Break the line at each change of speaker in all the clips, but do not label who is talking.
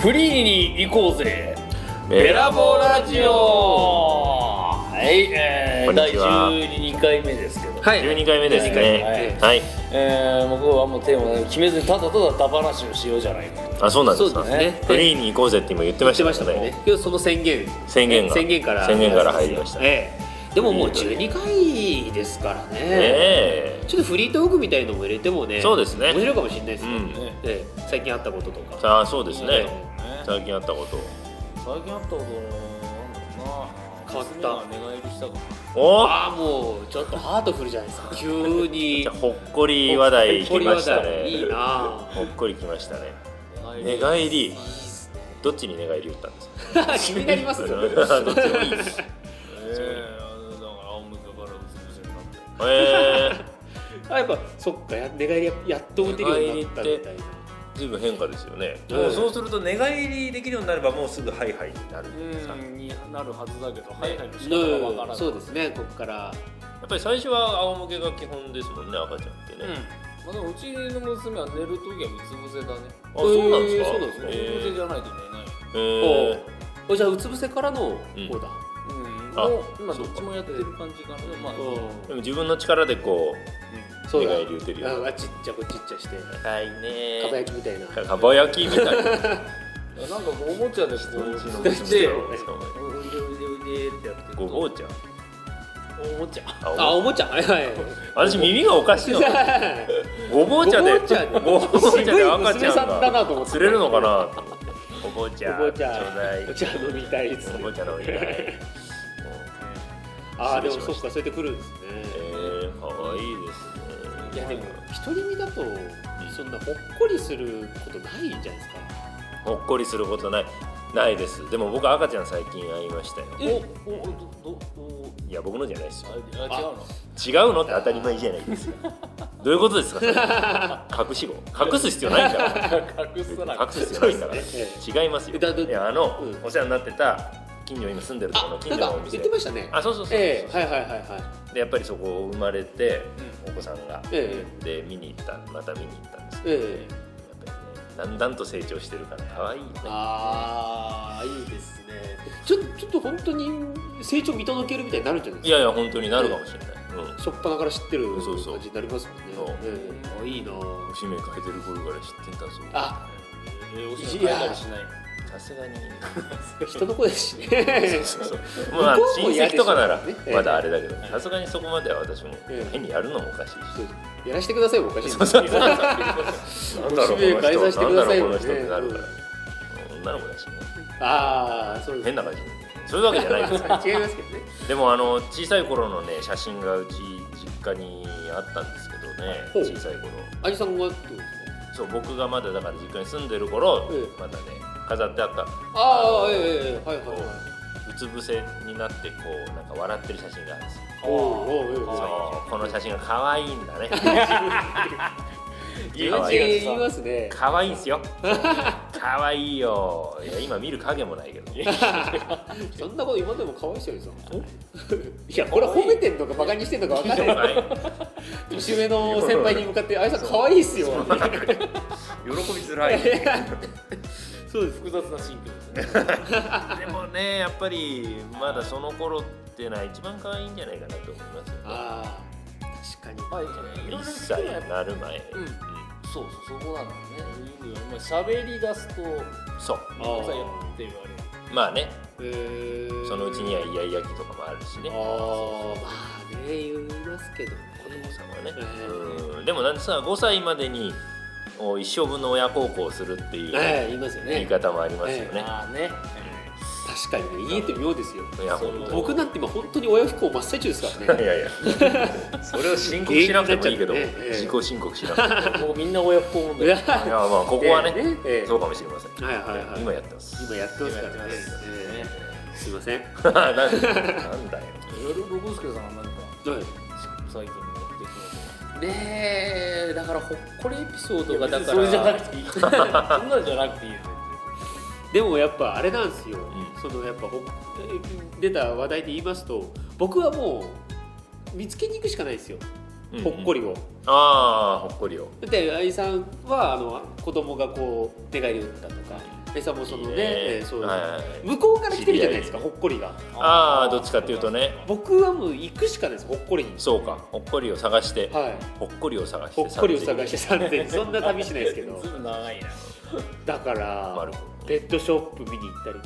フリーに行こうぜベラボーラジオはい、えー、
こんに
第
ちは
12回目ですけど、
はい
12回目ですねはい、
えー、もう今日はもうテーマを決めずにただただダ話をしようじゃないかと
あそうなんです
そ
か
うですね
フリーに行こうぜって今言ってま
してま
し
した
た
も
け
ん
ど
ね今日その宣言
宣言が
宣言から
宣言から入りましたね
ええでももう12回ですからね
え
ちょっとフリートークみたいのも入れてもね
そうですね
面白いかもしれないです
う
ね、
ね
ん
ええ最近あったこととか
ああそうです
え
ね
え
最近あったこと
最近あったこと
変わ
なんだろうな
った
娘が寝返りしたか
お
ああもうちょっとハートフルじゃないですか急 に
じゃあほっこり話題
ほ
来
っこり
ました
話題いいな
ね
あ
ほっこり来ましたね
な
寝返りどっちに寝返り打ったんですか
気になり ますよ
どっちもいいです
ええだから仰向けからうつ伏せになって
ええ
あやっぱそっかや寝返りややっと打てるようになったみたいな
随分変化ですよね、
うん
もうそうすると寝返りできるようになればもうすぐハイハイになるんですか、や
うんになるはずだけど、はいはいの仕方がわから
う
なんい。
そうですねここから
っぱり最初は仰向けが基本ですもんね赤ちゃんって
うん。
ね、
まあ、でもうちの娘は寝るときはうつ伏せだね。
あそうなんですか、
えーそうなんですね
うつ伏せじゃないと寝ない。
えー
おうおじゃあうつ伏せからの
うん
方だ、
うん。
あ
もう今どっちもやってる感じかな。まあ、
うん
でも自分の力でこう
そう
寝
だ
返り打てるよう
あ
に
あちっちゃこちっちゃしてか
はい
ば
ね
焼きみたいな
かば焼きみたいな
なんかこうおもちゃでこう
人んち
押
の
して、
人
おいでおいでおいでってやってる
ご
と。
ぼうちゃん
おもちゃ
あお
あおもちゃはいはい
私耳がおかしいの ごぼう茶で
ごぼう茶で
ごぼう茶で赤ち
渋い娘さ
ゃ
ん
ん
だ
が
なと思って
釣れるのかなと思ってごぼう茶
おもちゃ
ちょうだい
お茶飲みたいっつっ
ご
て
ぼう茶飲みたい
ああでも
失
そ
礼
っ
し
かそうやってくるんです
え
ね
ー、かわいいですね
いやでも独り身だとそんなほっこりすることないんじゃないですか
ほっこりすることないないですでも僕赤ちゃん最近会いましたよ
え、お、お、ど、ど、お、
いや僕のじゃないですよ
あ、あ違うの。
違うのって当たり前じゃないですよどういうことですかそれ隠し子隠す必要ないんだから
隠すな。
隠す必要ないんだから、
え
違いますよ
だだ
いやあの、
うん
お世話になってた近所今住んでるところの
あ
近
なん
所のお
か
店
言ってましたね
あそうそうそうそう、
ええはいはいはいはい
でやっぱりそこ生まれて、お子さんが、
え
で見に行ったまた見に行ったんですけど、
ええ
やっぱりねだんだんと成長してるから可愛いよね
ああいいですねちょちょっと本当に成長見届けるみたいになるんじゃない
い
です
やいや本当になるかもしれない、うん
か初っ端から知ってる
そうそう
感じになりますもんね
そう
ええあいいな
おしめ変えてる頃から知ってんだぞ
あ
えー、おしゃれ変えたりしない。
さすがに
人の声ですしね
そうそうまあ
向こう
親
も嫌で
戚
しょ
とかなら
ね
まだあれだけどさすがにそこまでは私も
ええ
変にやるのもおかしいし
やらしてくださいもおかしいですよ
なんだろうこ
おし
の
め解散し
人
て
なんだ
ください
ろうこ
よ
の人っ
ね
てなるから女の子だ しね
ああそうです
変な感じそういうわけじゃないですよ
違いますけどね
でもあの小さい頃のね写真がうち実家にあったんですけ
ほう
どね小さい頃
兄さんはどうですか
そう僕がまだだから実家に住んでる頃
え
まだね飾ってあった
ああ
あの
ええええはいはいはいう
つ伏せになってこうなんか笑ってる写真があるんですよ
おおおうおう
そ
おう
うこの写真が可愛いんだね可愛い
言いますね言いますね
可愛いんすよ可愛いよいや今見る影もないけど
そんなこと今でも可愛い人ですよ。いや、俺褒めてんのかバカにしてんのか分かんない。年上の先輩に向かって、あいさん可愛いっすよ。
喜びづらい
そうです。
複雑な神経ですね。
でもねやっぱりまだその頃ってのは一番可愛いんじゃないかなと思いますよ
ああ、確かに。
はい、いろいろ
1
好
歳
きなや
になる前、
うんそうそうそこなんだよね。まあ喋り出すと、
そう
なんかやって言われる。
まあね
えー
そのうちにはイヤイヤ期とかもあるしね
ああ、まあね、言いますけどね。
子供さんはね、
え
うんでもなんでさ5歳までにお一生分の親孝行をするっていう
ええ、言いますよ
言い
ね。
方もありますよね、
ああね。
確かにね、言えて妙ですよ。
いや本当に
僕なんて今本当に親不幸真っ最中ですか ら
い
ね。
やいやそれを申告しなくてもいいけど、
原因になっちゃってねええ
自己申告しなくても
もうみんな親不幸問
い
題。
や
いやまあここはね,、
ええねええ
そうかもしれません、
はいはいはい。
今やってます
今やってますからね
今やってます。
ええすいません。
なんなんだよ
いろいろ六助さんは何か
はい
最近の出来
ねえだからほっこりエピソー
事
ドがだから
それじゃなく ていい。そんなんじゃなくていいよ。
でもやっぱあれなんですよ、
ん
そのやっぱほえ出た話題で言いますと僕はもう見つけに行くしかないですよ
うん
ほっこりを、
ああほっこりを
だって愛さんはあの子供がこう出返りを打ったとか愛さんもそのねえーそういう、
はいはいはい
向こうから来てるじゃないですかほっこりが
ああどっちかっていうとね
僕はもう行くしかないですほっこりに
そうかほっこりを探して、
はい
ほっこりを探して
ほっこりを探してて3000 そんな旅しないですけど
ずいぶん長いな
だから
丸
ペットショップ見に行ったり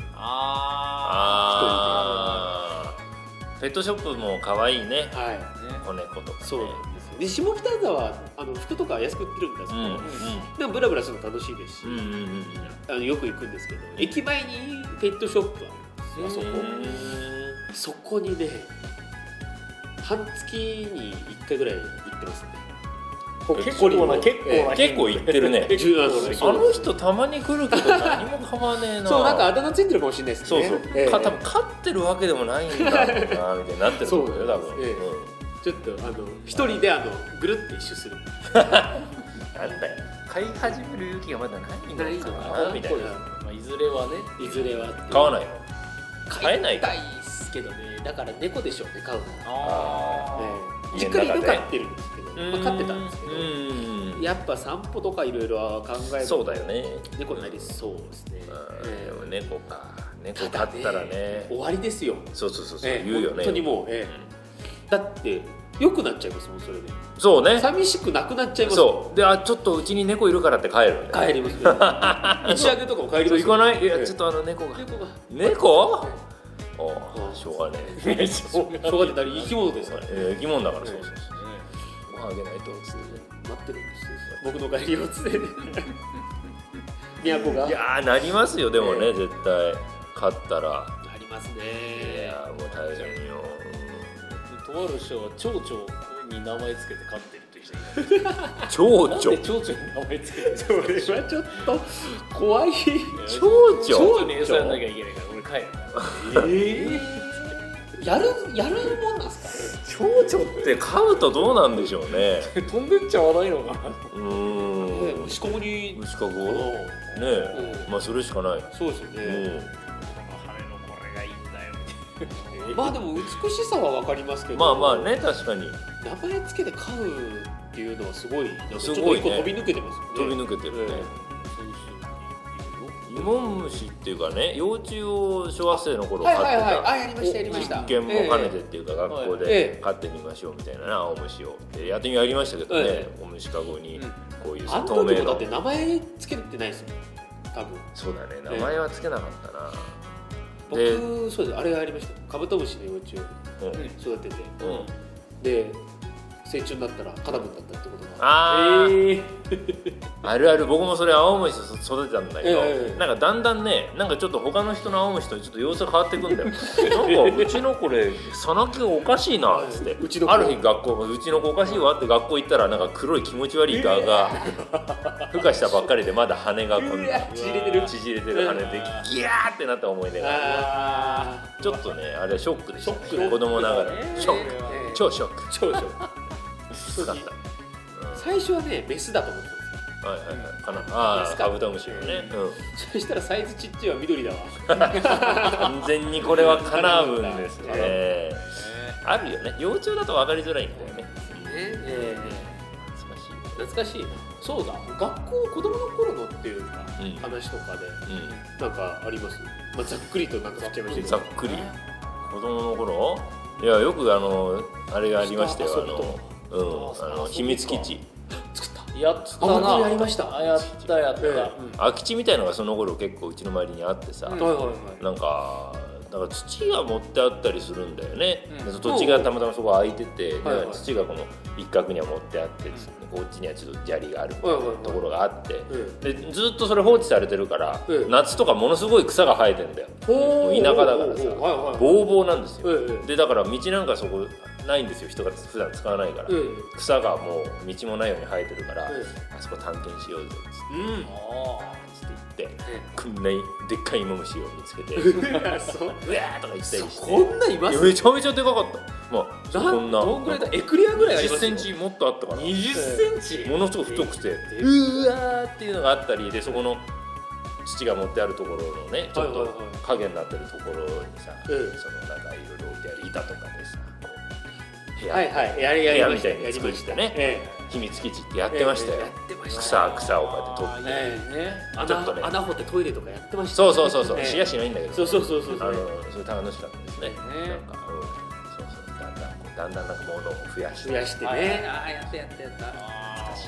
あ
ああペットショップも可愛いね
は
ーね
子猫とか、ね、
いそうなんですよで下北沢はあの服とか安く売ってるんです
う
けど、
んうん
でもブラブラするの楽しいですし、
うんうんうんうん
あのよく行くんですけど駅前にペットショップあるんですよあ
う
そこそこにね半月に1回ぐらい行ってますねほっ
結
こり
構
を
な結構な、
ええ
結構行ってるね
結構
結構
あの人たまに来るけど何も買わねえな
そうなんかあだ名ついてるかもしれないです
そう
ね
そう、
ええ
か多分飼ってるわけでもないんだろうなみたいになってると思うよ
そ
多
うなん
分、
ですえちょっとあの一人であのぐるって一周する
うん、なんだよ飼い始める勇気がまだない
ない
の
の
か
か
な
な
みたい
こういう
な
まあ、いずれはね
いずれはって
飼わないの
買
えない
たいですけどねだから猫でしょうね飼うの
あ
は、え
あ
え
家
実
の中で
家に犬飼ってるんですけど、まあ、飼ってたんですけど、
うん
やっぱ散歩とかいろいろ考えると
そうだよね
猫になりそうですね、
うん
え
で
え
も猫か猫飼ったらね
終わりですよ、
そうそうそうそう
ええ
言うよね
本当にもう、ええだって良くなっちゃいますもんそれで
そうね
寂しくなくなっちゃいますもん
そうであちょっとうちに猫いるからって帰る
帰り ますね打ち上げとかも帰り
そ
ま
う行か
す
ないい
え
や
え
ちょっとあの猫が
猫が
猫
え
ああしょうがねえ
ねしょうが
えしょうがないだって生き物ですから
えー生き物だからそうそうそう
ね
ご飯あげないとつって
待ってるんですよ僕の帰りを 常に 都が
いやーなりますよでも
え
ね
え
絶対買ったら
あります
い
ね
やーもう大変よ
とある人は蝶々に名前つけて飼ってるって人いない
蝶々
なんで蝶々に名前つけてるんです
そ
か
れはちょっと怖い
蝶々
蝶々に餌やんなきゃいけないから俺帰る
ええやるやるもんなんですか
蝶々って飼うとどうなんでしょうね
飛んでっちゃわないのかな
うーん
虫かごに
虫かご
うん
ねえ
うん
まあそれしかない
そうですよ
う
ね
ん
羽のこれがいいんだよ
まあでも美しさはわかりますけど
まあまあね確かに
名前つけて飼うっていうのはすごいなんか
すごいね
ちょっと一個飛び抜けてますよね
飛び抜けてるね
そういう人いるよ
イモムシっていうかね幼虫を小学生の頃飼
はい
って
はいはいあ
た
やりましたやりました
実験も兼ねてっ
え
ていうか学校
え
で
え
飼ってみましょうみたいなな青虫をでやってみやりましたけどね
え
お虫かごに
うん
こういう
え
さ
あんた
透
のと
明
こだっ
の
て名前つけてないですよ多分
そうだね名前はつけなかったで
僕そうですあれがありましたカブトムシの幼虫を
なうん
うん
育てて
うん
で成虫になったらカナブンだったってことが
あー
え
あるある僕もそれ青虫育てたんだけど、
ええ
なんかだんだんねなんかちょっと他の人の青虫とちょっと様子が変わってく んだよなんかうちの子でさなきがおかしいなっつって
うちの子
ある日学校うちの子おかしいわって学校行ったらなんか黒い気持ち悪い蛾が 孵化したばっかりでまだ羽がこん
うわ
な
縮れてる
縮れてる羽でギャーってなった思い出が
あ
ちょっとねあれショックでした、ね、
ショック
子供ながらショック
え
超ショック
長所
だった、
最初はねメスだと思ってた
は
んで
いはいはいかなあ
です
あ
か
カブトムシのね、うん
すよそしたらサイズちっちゃいは緑だわ
完全にこれはカナブンです
カナ
ねあるよね幼虫だと分かりづらいんだよね
え
懐かし
え懐かしいなそうだ学校子供の頃のっていうか、
うん
話とかで
い、
なんかあります、まあ、ざっくりとなんか振っちゃいま
う
した
ん、
け
ざ
ど
っくり子供の頃いやよくあのあれがありましたよ
下
あ
遊びと
の,、うん、あの秘密基地
作った
やった
あ本当に
な
やりました
あやったやった、
ええ
うん
空き地みたいのがその頃結構うちの周りにあってさ、
うん
はいはいはい
なんかだから土が持ってあったりするんだよね、
うん
で土地がたまたまそこ空いてて、だから
はいはい
土がこの一角には持ってあって、こっちにはちょっと砂利があるみたいな
はいはいはい
ところがあって、
え
でずっとそれ放置されてるから、
ええ
夏とかものすごい草が生えてんだよもう田舎だからさ
ほうはいはい
ボーボーなんですよ、
えええ
でだから道なんかそこないんですよ人が普段使わないから、
ええ
草がもう道もないように生えてるから、
え
あそこ探検しようぜっつ
えうん
あ
って言って
え
こんなでっかいイモムシを見つけてう
えそう
わーとか言ったりして
こんなんいま
い
す
やめちゃめちゃでかかったまあ
な
こんな
どんぐらいだエクレアぐらいあり
1
ます
セ
よ
ンチもっとあったかなも
20センチ
のすごく太くて
え
うわーっていうのがあったりでそこの父が持ってあるところのねちょっ
はい
と
はいはい
影になってるところにさ、
ええ
そのなんかいろいろ置いてある板とかでさこうや
はいはいやりや
部屋
りま
み
した
たい
やり
に
ま
作っ
した
てね
え
秘密基地ってやってましたよ、
ええやってました
草草をこうやって取って
あーいいね
え
ちょっとね
穴穴掘ってトイレとかやってました
そ
よ
う
ね
そうそうそう、
ええ
しやしないんだけど
そうそうそうそう
あのそれ楽しかったですね
ね
なんか、うん、そうそうだんだんこうだんだんなんか物を増やして
増やして
はいはい
ねああやったやったやった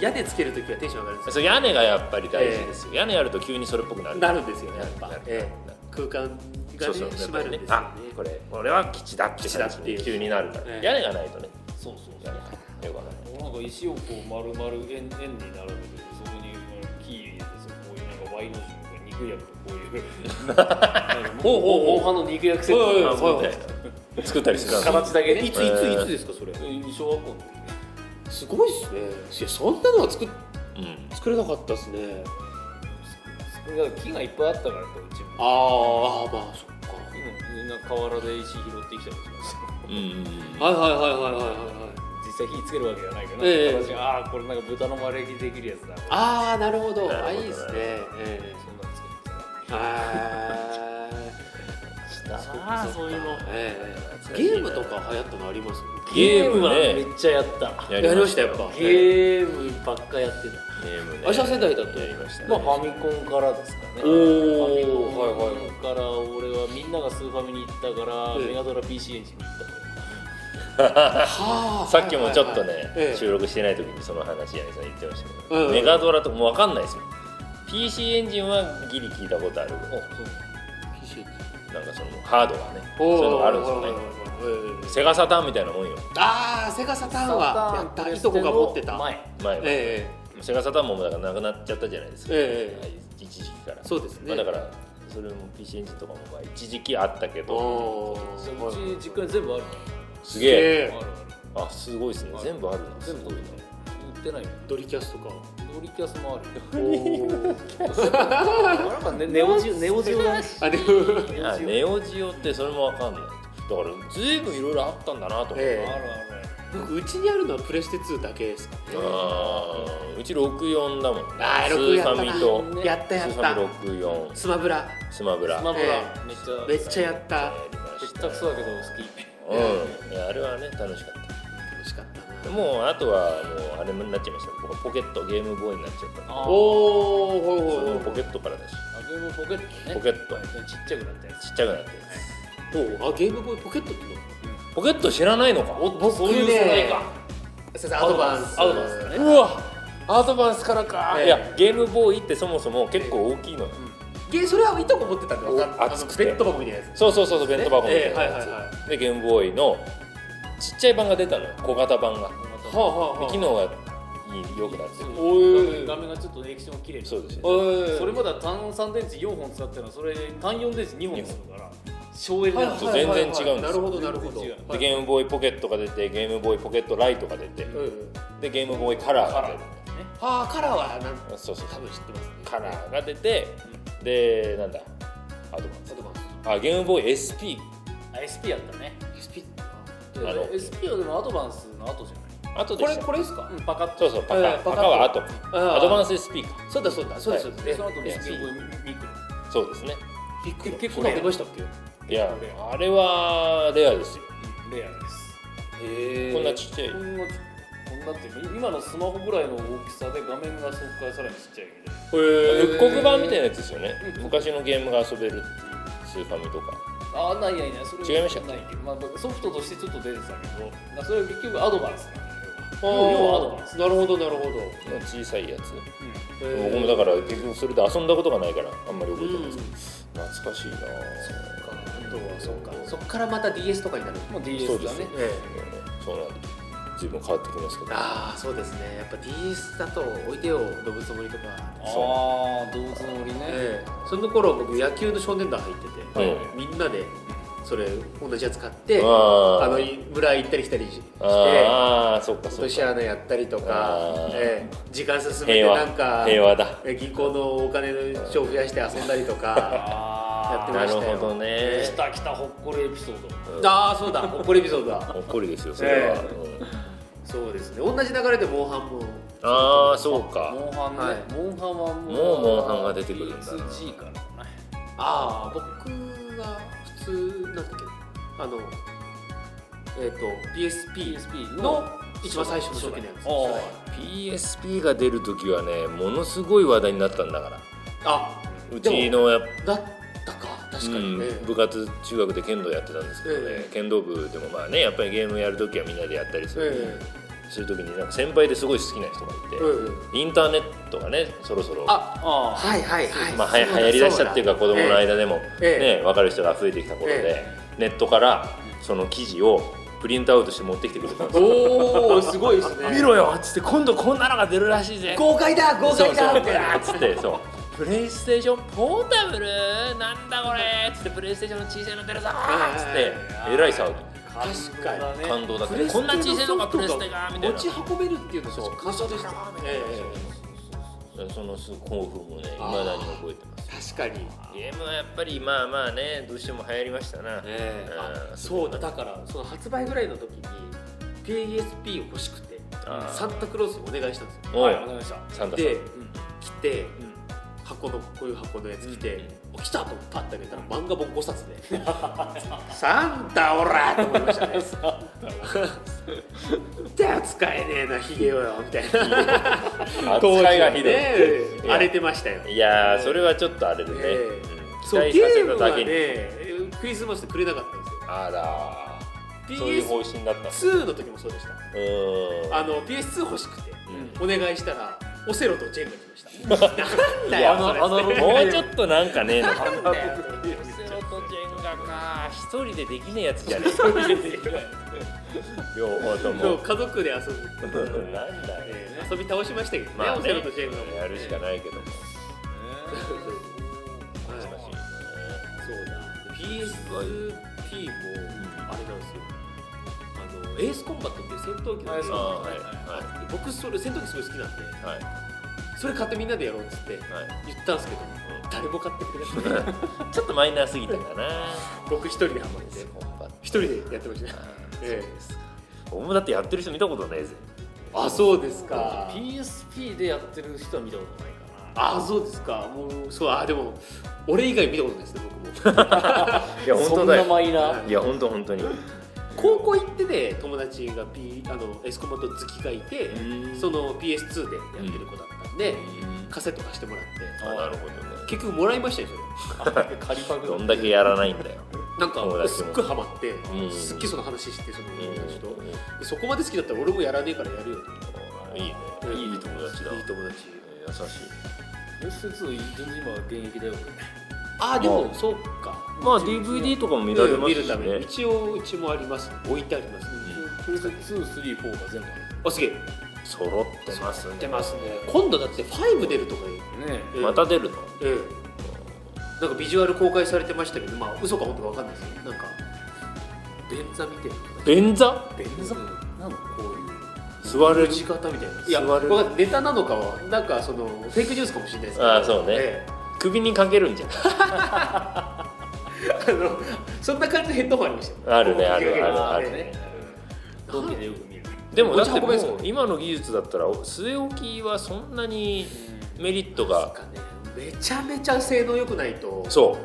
屋根つけるときはテンション上がるんです
そう屋根がやっぱり大事ですよ、屋根やると急にそれっぽくな
よ
る
なるんですよねやっぱ
なる
え
なる
え空間がね
そうそう
閉まるんですよね
あこれこれは基地だって
基地
感
だっ
じ
ていう
に急になるから、
ええ
屋根がないとね
そうそうそ
屋
う
根がよくわかんない
なんか石をこう丸々円円になるんだけどそこにキー入れてそこういうなんか Y の字みたいな肉薬とこういうなんか
ほうほうほ
防
う
犯の肉薬セッ
おいおいおい
ト
あそうみたいな作ったりするんですよ
形だけね
いついつ
ええ
いつですかそれ
小学校の時
すごいっすねいやそんなのは作っ
うん
作れなかったっすね
ねだから木がいっぱいあったからねうちも
ああまあそっか
今みんな河原で石拾ってきたりします
うん
はいはいはいはいはいはいはい
実際火つけるわけじゃないけど、
ええ
形がああこれなんか豚の丸焼きできるやつだ
ああなるほど
なるほど
あいいですねえ
そんなの作ってた
えあ
した
ああそういうの
ーええゲームとか流行ったのあります
ゲーム
は
ね
めっちゃやった
やりましたやっぱ
ゲ
ゲ
ームばっかやってた
ームね
あしら世代だと
やりましたね
まあファミコンからですかねフ
お
ァミ
お
コ
はい
ン
はいはい
から俺はみんながスーファミに行ったから、
ええ
メガドラ PC エンジンに行ったか
はあ
さっきもちょっとね、
ええ
収録してない時にその話柳さん言ってましたけど、
うんうん
メガドラとかもう分かんないですよ PC エンジンはギリ聞いたことある
らあ
なんかそのハードがねそう
お
いうのがあるん
ー
ですよね
ええ
セガサターンみたいなもんよ
ああセガサターンはやったいとこが持ってた
前
前は、
え
セガサターンもだからなくなっちゃったじゃないですか、
ええ
はい一時期から
そうです
ま
ね
あ、だからそれも PC エンジンとかもまあ一時期あったけ
え
ど
おお
うち実家に全部ある
すげえ
ある
え
あすごいですね全部あるなす
全
ご
部
い
売
な
ってないよ
ドリキャスとか
ドリキャスもあるよ
おー
なんかねネオジオネオジオだし
あでも
あネオジオってそれも分かんないだからずいぶんいろいろあったんだなと思って、
ある
え
あ
え
る
僕うちにあるのはプレステ2だけですか
あーうち64だもん
あー
スー
64やった
フ
な
ァミと
ね
やったや
ス
っ
ーファ
た
ミ64
スマブラ
スマブラ
スマブラ
え
めっちゃ
めっちゃやった
やりま
ひっ
した
たくそだけど好
うんいやあれはね楽しかっ
楽しかったな
たもうあとはもうあれになっちゃいました僕はポケットゲームボーイになっちゃったんで
あー
おおほい
それも
ほ
ポケットからだし
きあゲームポケットね
ポケットち
ちっちゃくなったやつ
っちゃくなってる
いほいおーあゲームボーイポケットっていうの
ポケット知らないのか
おっとそういう世代か
先生アドバンス
アドバンスだね
うわアドバンスからか、
ええ
いやゲームボーイってそもそも結構大きいのよ、
ゲそれはいとこ持ってたんで分かった
お熱くて
ベッド箱みたいなやつ
そうそうそうそう弁当箱みたいなやつ、
ええはいはいは
でゲームボーイのちっちゃい版が出たのよ小型版が
はあはあ
で機能がいい良くなってる
おい画面がちょっと液晶が綺麗に
そうですね
おい
それまでは単三電池4本使ってるのそれ単四電池2本使うから省エネなんですよ
はいはい全然違うんですよ
なるほどなるほど
全然違う
でゲームボーイポケットが出てゲームボーイポケットライトが出て
うんうん
でゲームボーイカラー
カ
が出
ラー
る
なんですね
はあカラーはなん
あそうそうそ
多
う
分知ってますね
カラーが出てでなんだあと
アドバン
あゲームボーイ SP
あ SP やったね
ス SP
あの
SP はでもアドバンスの後じゃ
あとで
こ
し
れ
た
これですか
ないパカッ
そ
と
うそうパ
え
カ
え
パカは後アドバン
ス
ス SP か
そうだそうだそうですそう
で
です
その後の
ええ
SP ミクロ
そうですね
びっくり
結
結
構
構
レア
出ましたっけ
いや
レア
あれはレアですよ
レアです
へえ
こんなちっちゃい
こんなこんなっていうか今のスマホぐらいの大きさで画面がそこからさらにちっちゃいみたいな
復刻版みたいなやつですよね
うん
昔のゲームが遊べるっていうスーファミとか
あーないないないそれは
違いましたっけ
ないけど、まあ、ソフトとしてちょっと出てたけどまあそれは結局アドバンスなんだけ
あ
ど要はアドバンス
ーなるほどなるほど
の小さいやつ
う
僕もだから結局それで遊んだことがないからあんまり覚えてないです
うん
けど懐かしいなぁ
あとはそっかそっからまた DS とかになる
んもう
そう
DS
で
だ
すね
ね
え
そうなんです随分変わってきますけど
ああそうですねやっぱ DS だと「おいでよ動物の森」とか、
ああ動物の森ね、
ええその頃僕野球の少年団入ってて、
う
みんなでそれ同じやつ買っ
あ
て
ー
あのい村行ったり来たりして
ああそっか
落
そ
と
っ
し
か
穴やったりと
あ
か
ー、
ええ時間進めて
平
なんか
和平和だ
え銀行のお金の賞増やして遊んだりとかやっ
ああ
てま
な
し
る
たよ
ほどね
来た来たほっこりエピソード
ああそうだほっこりエピソードだ
怒りですよそれは
え
うん
そうですね同じ流れでモンハンも
ああそうか
モンハンね、
はい
モンハンはも
もうモンハンが出てくるんだな
G からかな
ああ僕は普通なんだっけあの
えっと PSP
PSP
の
の一番最初の初期のやつ
あ
PSP が出る時はねものすごい話題になったんだから
あ
うちのやっぱ
だったか確かにね、
うん、部活中学で剣道やってたんですけどね、
ええ
剣道部でもまあねやっぱりゲームやるときはみんなでやったりする、
え
するときになんか先輩ですごい好きな人がいて、
えええ
インターネットがねそろそろ
あ
あ
はいはいはい
まあ、はや流行りだしたっていうか子供の
で
間でも、
ええ
ね分かる人が増えてきた頃で、ネットからその記事をプリントアウトして持ってきてくれたんですよ
おおすごいです ね
見ろよっつって今度こんなのが出るらしいぜ
豪快だ豪
そう
快
そう
だ
うわ
みたいな
ーっつってそう
プレイステーションポータブルなんだこれっつってプレイステーションの小さいの出るぞーっつって
はい
えらい騒ぎ
確かに
に
感動だった
プレステ
こんな小さいのがプレステがみたいな
持ち運べるっていうのは感動でしたえ
そのすごい興奮もねいまだに覚えてます
え確かに
ゲームはやっぱりまあまあねどうしても流行りましたな、
え
う
あ
ん
そうだだからその発売ぐらいの時に PSP を欲しくて
あー
サンタクロースにお願いしたんですよ
おい
わかりました
サンタさん
で
うん
来て
うん
箱のこういう箱のやつ来て
うん
「お来た!」とパッてあげたら漫画本5冊 で「サンタオラ!」と思いましたね「じゃあ使えねえなヒゲをよ」みたいな
扱いがひどい、
ねえ
いや
荒れてましたよ
いやーそれはちょっとあれでね、
ええ
うん期
そう
待
ゲ
させ
ー
た
ム
だ
は
けに、
ねクリスマスでくれなかったんですよ
あらそういう
PS2
方針だったんだ
の時もそうでした
うーん
あの PS2 欲しくて
うん
お願いしたらオセロとジェンが来ましたなんだ
い
よ
や
それ
あのあの
もうちょっとなんか ねえの
なんだよ
セロとジェンガか
一人でできねえやつじゃねえ両方と
そう
も
家族で遊ぶ
うんなんだよ
えー遊び倒しましたけどね、
まあ
オ
ね
セロとジェンガも
やるしかないけども
は
難
い
しいね
そうだ PSP もあれなんですよあのエースコンバットっていう戦闘機なんです
あー
よ
はい
僕それ戦闘機すごい好きなんで
はい
それ買ってみんなでやろうっつって
はいは
言ったんですけど誰も買ってくれなくて
いちょっとマイナーすぎたかな
僕一人でハマって
コンバット
一人でやってましたねえ
俺もだってやってる人見たことないぜ
あそうですか
PSP でやってる人は見たことないか
あそうですかもうそうあでも俺以外見たことないですね僕も
いや
な
本当だ
そんな
よ
マイナー
いや本当本当に
高校行ってで友達が、P、あのエスコンバット好きがいてその PS2 でやってる子だったんで、カセット貸してもらって
あなるほどね
結局もらいましたよそれ
仮パク
どんだけやらないんだよ
なん
友
か
達
すっ
も
ごいハマって、
うん
すっげえその話してその友達と、
うん
でそこまで好きだったら俺もやらねえからやるよって
いいねいい友達だ
いい友達
優しい
PS2 全然今現役だよ
ああでもそうか
まあ DVD とかも見られます
見
しね
るために一応うちもあります置いてあります、
PS234 が全部
あすげえ
揃ってますね
ますね今度だって5出るとか
あ
言う
るね
ええ
また出るの
ええなんかビジュアル公開されてましたけどまあ嘘か本当かわかんないですけどなんか便座みたいな
便座
便座なのこういう
座れる
字型みたいないや
座る
わかんないネタなのかはなんかそのフェイクニュースかもしれないですけど
ああそうね
ええ
首にかけるんじゃない
あのそんな感じのヘッドホンありましたよ
あるねある
ええ
あるある
え
ね
え
ドンキでよく見る
でもだっても
持ち運べるん です
う
か
今の技術だったら据え置きはそんなにメリット
なん
が
かねめちゃめちゃ性能良くないと
そ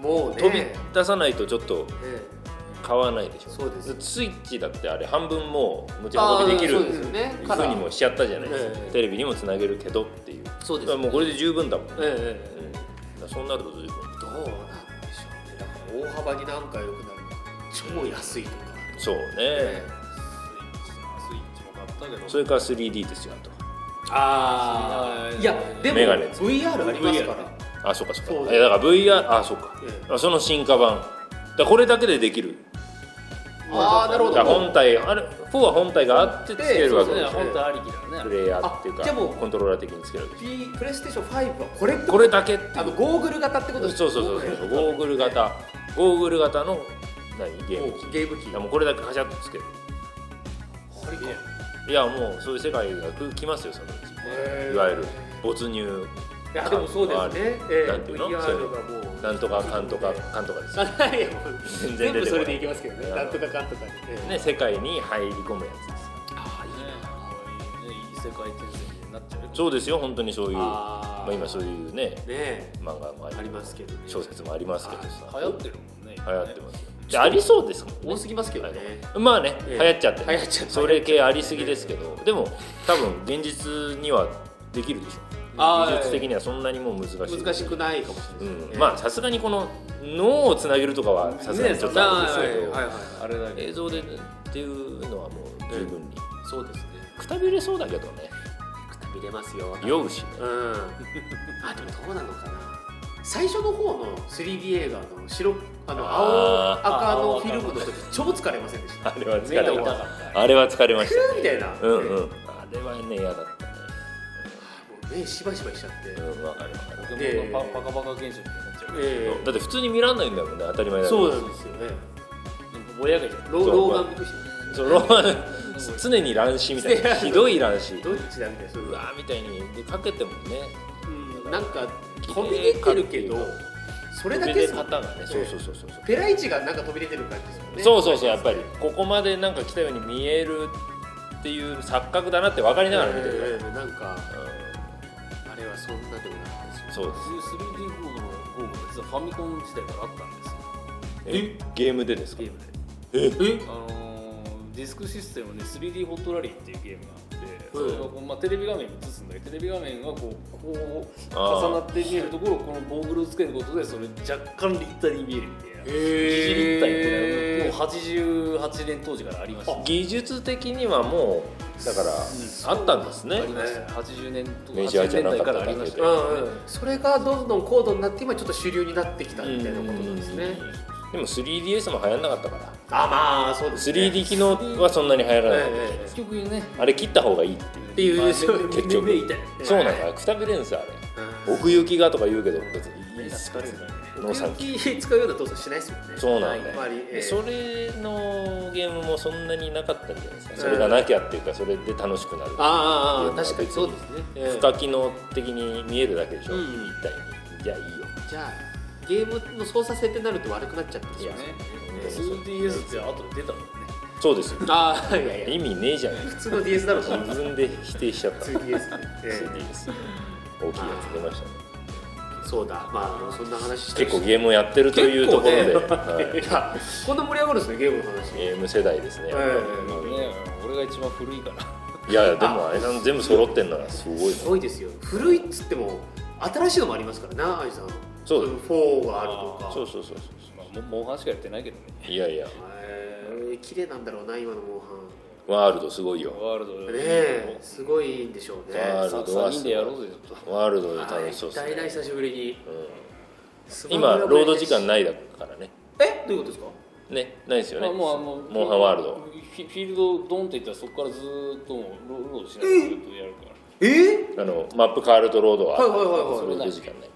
もうね
う飛び出さないとちょっと
え
買わないでしょ
そうです
スイッチだってあれ半分もう持ち
えああ
運びでき
そ
る
うですよね
ふうにもしちゃったじゃないですか、
ええ
テレビにもつなげるけどっていう
そうで
だから
すよね
もうこれで十分だもん、
ええええ
うんだからそうなると十分
どうなんでしょうねだから大幅になんか良くなる超安いとか、
そうね、
え
スイッチも買ったけど
それから 3D ですよあと
あ
ー
いやでも
メガネ
VR ありますから、
あそうかそうか
そう
えだから VR あそうか、
ええ
あその進化版だからこれだけでできる
ああなるほ
だ
ど
から本体あれ4は本体があってつけるわけ
そう
で
ね
しょ
本当ありきだ
プ
ね
レイヤーっていうか
あじゃあもう
コントローラー的につけるわけでし
P プレイステーション5はこれって
ょこれだけっていう
あのゴーグル型ってこと
そう
で
そ
す
うそうそうゴーグル型ゴーグル型の何ゲーム機
ゲーム機
いやもうこれだけカシャッとつける
あれか
いやもうそういう世界が来来ますよそのうち
へー
いわゆる没入
いやでもそうですねええ
なんていうの
VR がもう
なんとかかんとかかんとかですよ
あいやもう
全然
全
出
部
て
そ
こな
れ
い
でいけますけどね
うん
なんとかかんとかで
ね世界に入り込むやつです
ああいいな
ねいい世界転生みたいになっちゃうよ
そうですよ本当にそういう
あ
まあ、今そういうね
ねえ
漫画もあ
あ
り
りますけどね
小説もありますけど
流
さ
行ってるもんね
流行ってますよ
ち
でありそうですもん
多すぎますけどね
まあね、
ええ
流行っちゃって
流行っちゃった
それ系ありすぎですけど、でも多分現実にはできるでしょ
あー
技術的にはそんなにもう難しい
難しくないかもし
う
れない
ん、まあさすがにこの脳をつなげるとかはさすがにちょっとあ
あ
れですけど、
はいはいはい
あれだね
映像でっていうのはもう十分に、
そうですね
くたびれそうだけどね
くたびれますよ
酔うしね
うんあでもどうなのかな最初の方の 3D 映画の白あの
あ
青赤の
青
フィルムの時超疲れませんでし
あ
た
れは疲
目が
れ
痛か
まし
った
たあれは疲れまし
みたいな
たうんうんあれはね嫌だったね
目しばしばしちゃって
うんわかるわかる
僕
ええ
もパパカパカ現象みたいになっちゃうけ
え
だって普通に見らんないんだもんね当たり前だけ
そ
ど
うなんですよね
どぼやけちゃう
老老眼見てき
その常に乱視みたいなひどい乱視
たどっちだみたいなそういうう
わーみたいにでかけてもね
うんなんか飛び出てるけどそれだけ
で
ですもん
型がねそうそうそうそうそう
ペライチがなんか飛び出てる感じですもんね
そうそうそうやっぱりここまでなんか来たように見えるっていう錯覚だなって分かりながら見てるから、
ええなんかあれはそんなでもなかったですよ
うんそうで
3D フォードのゴーグル実はファミコン時代からあったんですよ
えゲームでですか
ゲームで
え
あのーディスクシステムで 3D ホットラリーっていうゲームがあって、
うん
それがこう、まあ、テレビ画面に映すんだけどテレビ画面がこうこう
あー
重なって見えるところをこのゴーグルをつけることでそれ若干立体に見えるみたいな、
へ
一立体ってい
え
うのはもう88年当時からありましたね
技術的にはもうだからあったんですね
ありましたね80年と
メジャー
80
じゃ
年代
なかった
から
だ
あ
けで
りました
う
ね
うんうんそれがどんどん高度になって今ちょっと主流になってきたみたいなことなんですね
うんでも 3DS も流行んなかったから
あまあそうですね
3D 機能はそんなに流行らない、
ええ
結局ね
あれ切った方がいいっていう
っていう
まあ
そういう
目
結局
目目痛い
そうなんだくたびれんすよあれ
うん
奥行きがとか言うけど別にいいっす
疲れるからね
農産機
奥行き使うような動作しないですもんね
そうなんだ
あんま
よ、
りええ
でそれのゲームもそんなになかったんじゃないですか、それがなきゃっていうかそれで楽しくなる
ああああ確かにそうですねええ
不可機能的に見えるだけでしょ、
うん
一体にじゃあいいよ
じゃあゲームの操作性ってなると悪くなっちゃってるんですよね
ね 2DS って後で出たもんね
そうですよ
ああいやいや
意味ねえじゃん
普通の DS だろうと思う
自分で否定しちゃった、
2DS え
3DS 大きいやつ出ましたね
えそうだまあそんな話して
結構ゲームをやってるというところで、
結構
はい
いやこんな盛り上がるんですねゲームの話
ゲーム世代ですね、
え
ね俺が一番古いから
いやいやでもあれなん全部揃ってんのはすごいな
すごいですよ古いっつっても新しいのもありますからな愛さん
そう
フォーがあるとか
そうそうそうそう
まあモンハンしかやってないけどね
いやいや
へえ綺麗なんだろうな今のモンハン
ワールドすごいよ
ワールド
ねえすごいんでしょうね
ワールド
さ3人でやろうぜちょっと
ワールドで
あ
楽しそうです
痛いな
ね
久しぶりにスマブ
今
ラ
ロ
も
ー
やり
ド
た
時
いし
間ないだからね
えどういうことですか
ねないですよね
あもうあの
モンハンワールド
フィフィールドドンっていったらそこからずーっともうロロードしながらずっとやるから
え
あのマップ変わるとロードは
はいはいはいはい
それで時間ない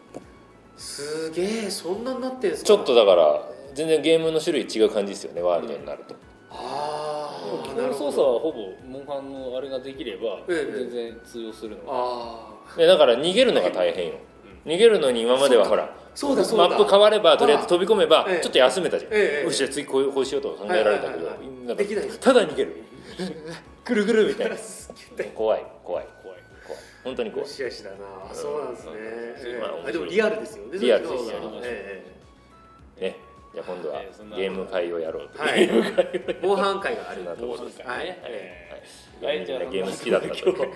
すげえそんなになってんすか
ちょっとだから全然ゲームの種類違う感じですよねワールドになると、
あ
でも基
あ
本操作はほぼモンハンのあれができれば
ええ
全然通用するのが
あ
でだから逃げるのが大変よ逃げるのに今まではほら
そうだそうだ
マップ変わればとりあえず
あ
飛び込めば
ええ
ちょっと休めたじゃん、
ええええ
よしじゃあ次こういうこうしようとか考えられたけど、
はいはいはいはい
なんか
できないです
ただ逃げるぐるぐるみたいな
げ
怖い怖い怖い怖い本当に
あ
怖
よ
い
しよしだなあそうなんですねえ
まあ面白い
えあでもリアルですよね
リアル
そっちの方が
です
ええ
ねじゃあ今度は
ええそんな
ゲーム会をやろうと
はい防犯会があ
そ
る
んなところです
は
はいい
ええ
はい
はいじゃあ
ゲーム好きだったと
今日だか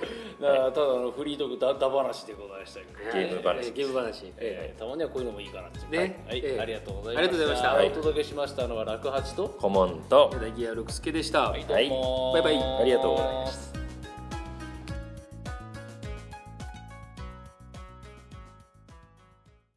らただのフリートークだだ話でございましたけど
ゲーム話
ええ
ゲーム話
ええたまにはこういうのもいいかなっていう
ね
はい、
ええ
ありがとうございました
ありがとうございました
はいお届けしましたのは楽八と
コモンと
柳家六輔でした
はいどうもー
バイバイ
ありがとうございます